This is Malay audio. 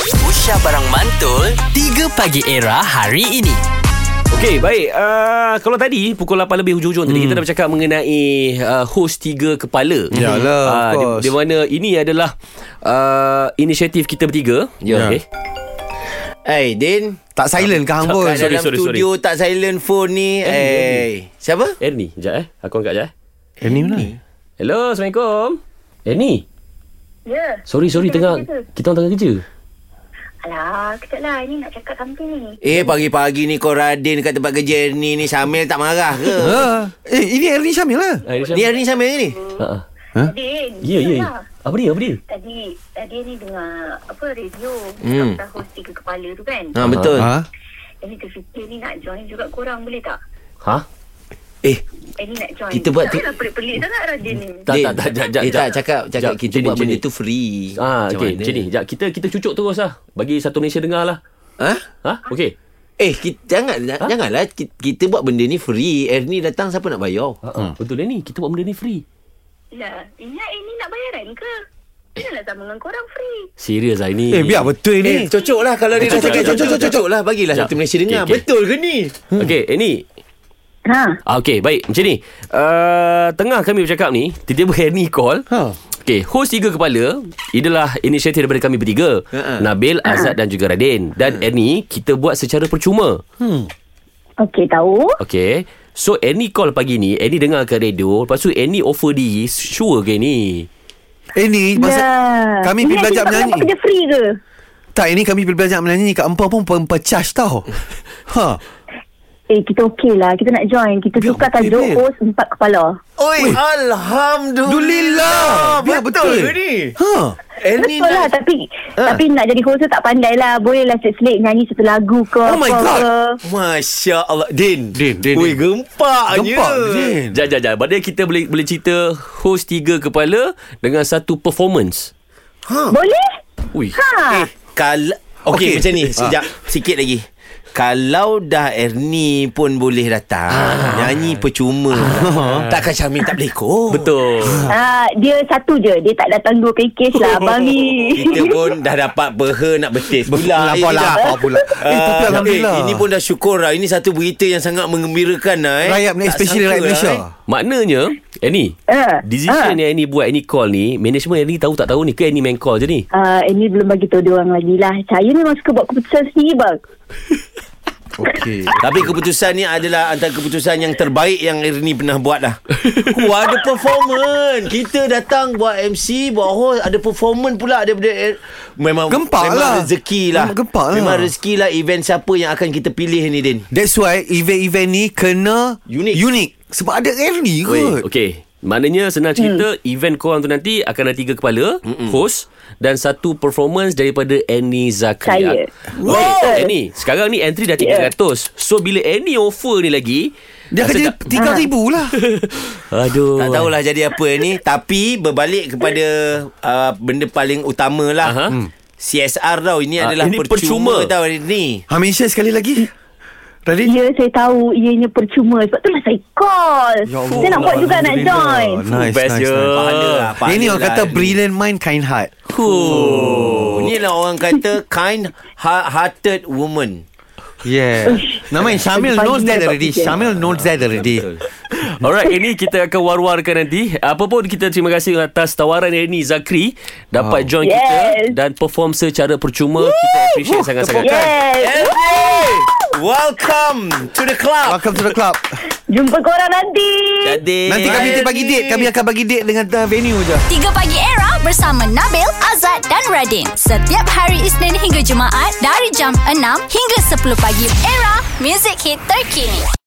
Aisyah Barang Mantul 3 Pagi Era hari ini Okey, baik. Uh, kalau tadi pukul 8 lebih hujung-hujung tadi kita dah bercakap mengenai uh, host tiga kepala. Hmm. Yalah, of Ah, di, course. di mana ini adalah uh, inisiatif kita bertiga. Ya. Okey. Hey Eh, Din Tak silent ke hang pun Kat sorry, dalam sorry, Eh, studio tak silent phone ni Hey Siapa? Ernie, sekejap eh. Aku angkat sekejap eh. Ini mana? Hello, Assalamualaikum. Ernie. Ya. Sorry, sorry tengah kita orang tengah kerja. Alah, kejap lah. Ini nak cakap something ni. Eh pagi-pagi ni kau Radin kat tempat kerja ni Ni Syamil tak marah ke? Ha. Eh, ini Ernie Syamil lah. Ni hari ni Syamil ke ni? Ha. ha. Ha? Din. Ah, Ya, ya. dengar ya. lah. Apa dia? Apa dia? Tadi, tadi ni dengar apa radio. Hmm. Hmm. Pasal host tiga kepala tu kan. Ha betul Ha? Ini terfikir ni nak join juga korang boleh tak? Ha? Eh Ini nak join. Kita buat Tak tu- lah pelik-pelik sangat Radin ni. Tak, Din, tak, tak, jap, jap, Eh jap. tak cakap Cakap Jap, kita macam buat ni, benda macam tu free Ah, Macam okey, mana? macam ni. Jap, kita kita cucuk terus lah. Bagi satu Malaysia dengar lah. Ha? Ha? Okey. Eh kita, jangan ha? Janganlah kita, kita buat benda ni free Ernie datang siapa nak bayar? Ha, ha. Betul Ernie, kita buat benda ni free. Lah, ingat ini nak bayaran ke? Janganlah sama dengan korang free. Serius lah ini. Eh, biar betul Eh, ni. cocok lah kalau dia dah Cocok, cakap cocok, cocok, cocok. cocok lah. Bagilah Jap. satu Malaysia Okey, dengar. okey. Betul ke ni? Okey, Ernie. Ha. Ah, okey, baik. Macam ni. Uh, tengah kami bercakap ni, tiba-tiba Ernie call. Ha. Okey, host tiga kepala inilah inisiatif daripada kami bertiga. Ha-ha. Nabil, Azad dan juga Radin. Dan Ernie, kita buat secara percuma. Okey, tahu. Okey. So, Ernie call pagi ni. Ernie dengar ke radio. Lepas tu, Ernie offer diri. Sure ke ni? Eh, ni masa Ya. Ya. kami pergi belajar menyanyi. free ke? Tak, ini kami pergi belajar menyanyi kat Empah pun pun charge tau. ha. Eh, kita okey lah. Kita nak join. Kita Biar tukar okey, tajuk babe. host empat kepala. Oi, Alhamdulillah. Alhamdulillah. Biar Ya, Betul betul. ke ni? Ha. Ernie Betul lah nak- tapi ha. tapi nak jadi host tu tak pandai lah. Boleh lah selit-selit nyanyi satu lagu ke Oh apa my God. ke. Masya Allah. Din. Din, Din, Ui, Din. gempaknya. Gempak, Din. Jap, jap, jap. Padahal kita boleh boleh cerita host tiga kepala dengan satu performance. Boleh? Ui. Ha. Eh, kalau... Okey, Ah. Okey. Ah. macam ni. Sekejap. Sikit lagi. Kalau dah Ernie pun boleh datang Ah. Nyanyi percuma Takkan Syamil tak boleh kot Betul. Ha, dia satu je. Dia tak datang dua kekes lah abang ni. Kita pun dah dapat berha nak betis lah, pula Lapar Ini dah- lapar pula. Eh, tapi Ah, Alhamdulillah. eh, Ini pun dah syukur lah Ini satu berita yang sangat mengembirakan lah eh. Rakyat Malaysia, Tak especially sangka rakyat lah, Malaysia. eh. Maknanya, Ernie, Ha. Decision yang Annie buat Annie call ni Management Annie tahu tak tahu ni Ke Annie main call je ni Uh, ini belum bagi tahu dia orang lagi lah. Saya memang suka buat keputusan sendiri bang. Okey. Tapi keputusan ni adalah antara keputusan yang terbaik yang Ernie pernah buat lah. Wah, ada performance. Kita datang buat MC, buat host, ada performance pula daripada Er- memang Gempak memang lah. rezeki lah. Memang gempak lah. Memang rezeki lah event siapa yang akan kita pilih ni, Din. That's why event-event ni kena Unik. Unik. Sebab ada Ernie Weh, kot. Okay Maknanya senang cerita hmm. Event korang tu nanti Akan ada tiga kepala Mm-mm. Host Dan satu performance Daripada Annie Zakaria Saya. wow. Annie Sekarang ni entry dah 300 yeah. So bila Annie offer ni lagi Dia rasa kerja Ah. tak- 3000 lah. Aduh Tak tahulah jadi apa ni. Tapi berbalik kepada uh, benda paling utama lah. Aha. Hmm. CSR tau. Ini Ah, adalah ini percuma, percuma. tau ni. Hamisha Ha, sekali lagi. Radin. Ya saya tahu ianya percuma. Sebab tu lah saya call. Ya saya nak buat juga nak join. Nice, Best nice, je. nice. Pahala lah. Pahala Ini orang lah kata ni. brilliant mind, kind heart. Oh. Inilah orang kata kind ha- hearted woman. Yeah. Nama Syamil Pagi knows ni that dapat already. fikir. Syamil knows that already. Alright Annie kita akan war-warkan nanti Apa pun kita terima kasih Atas tawaran Annie Zakri Dapat join Yes. kita Dan perform secara percuma Kita appreciate sangat-sangat kan? Yes. Andy, welcome to the club. Welcome to the club. Jumpa korang nanti. Jadi Nanti kami dia bagi date. Kami akan bagi date dengan uh, venue je. 3 Pagi Era bersama Nabil, Azad dan Radin. Setiap hari Isnin hingga Jumaat dari jam 6 hingga 10 pagi. Era, music hit terkini.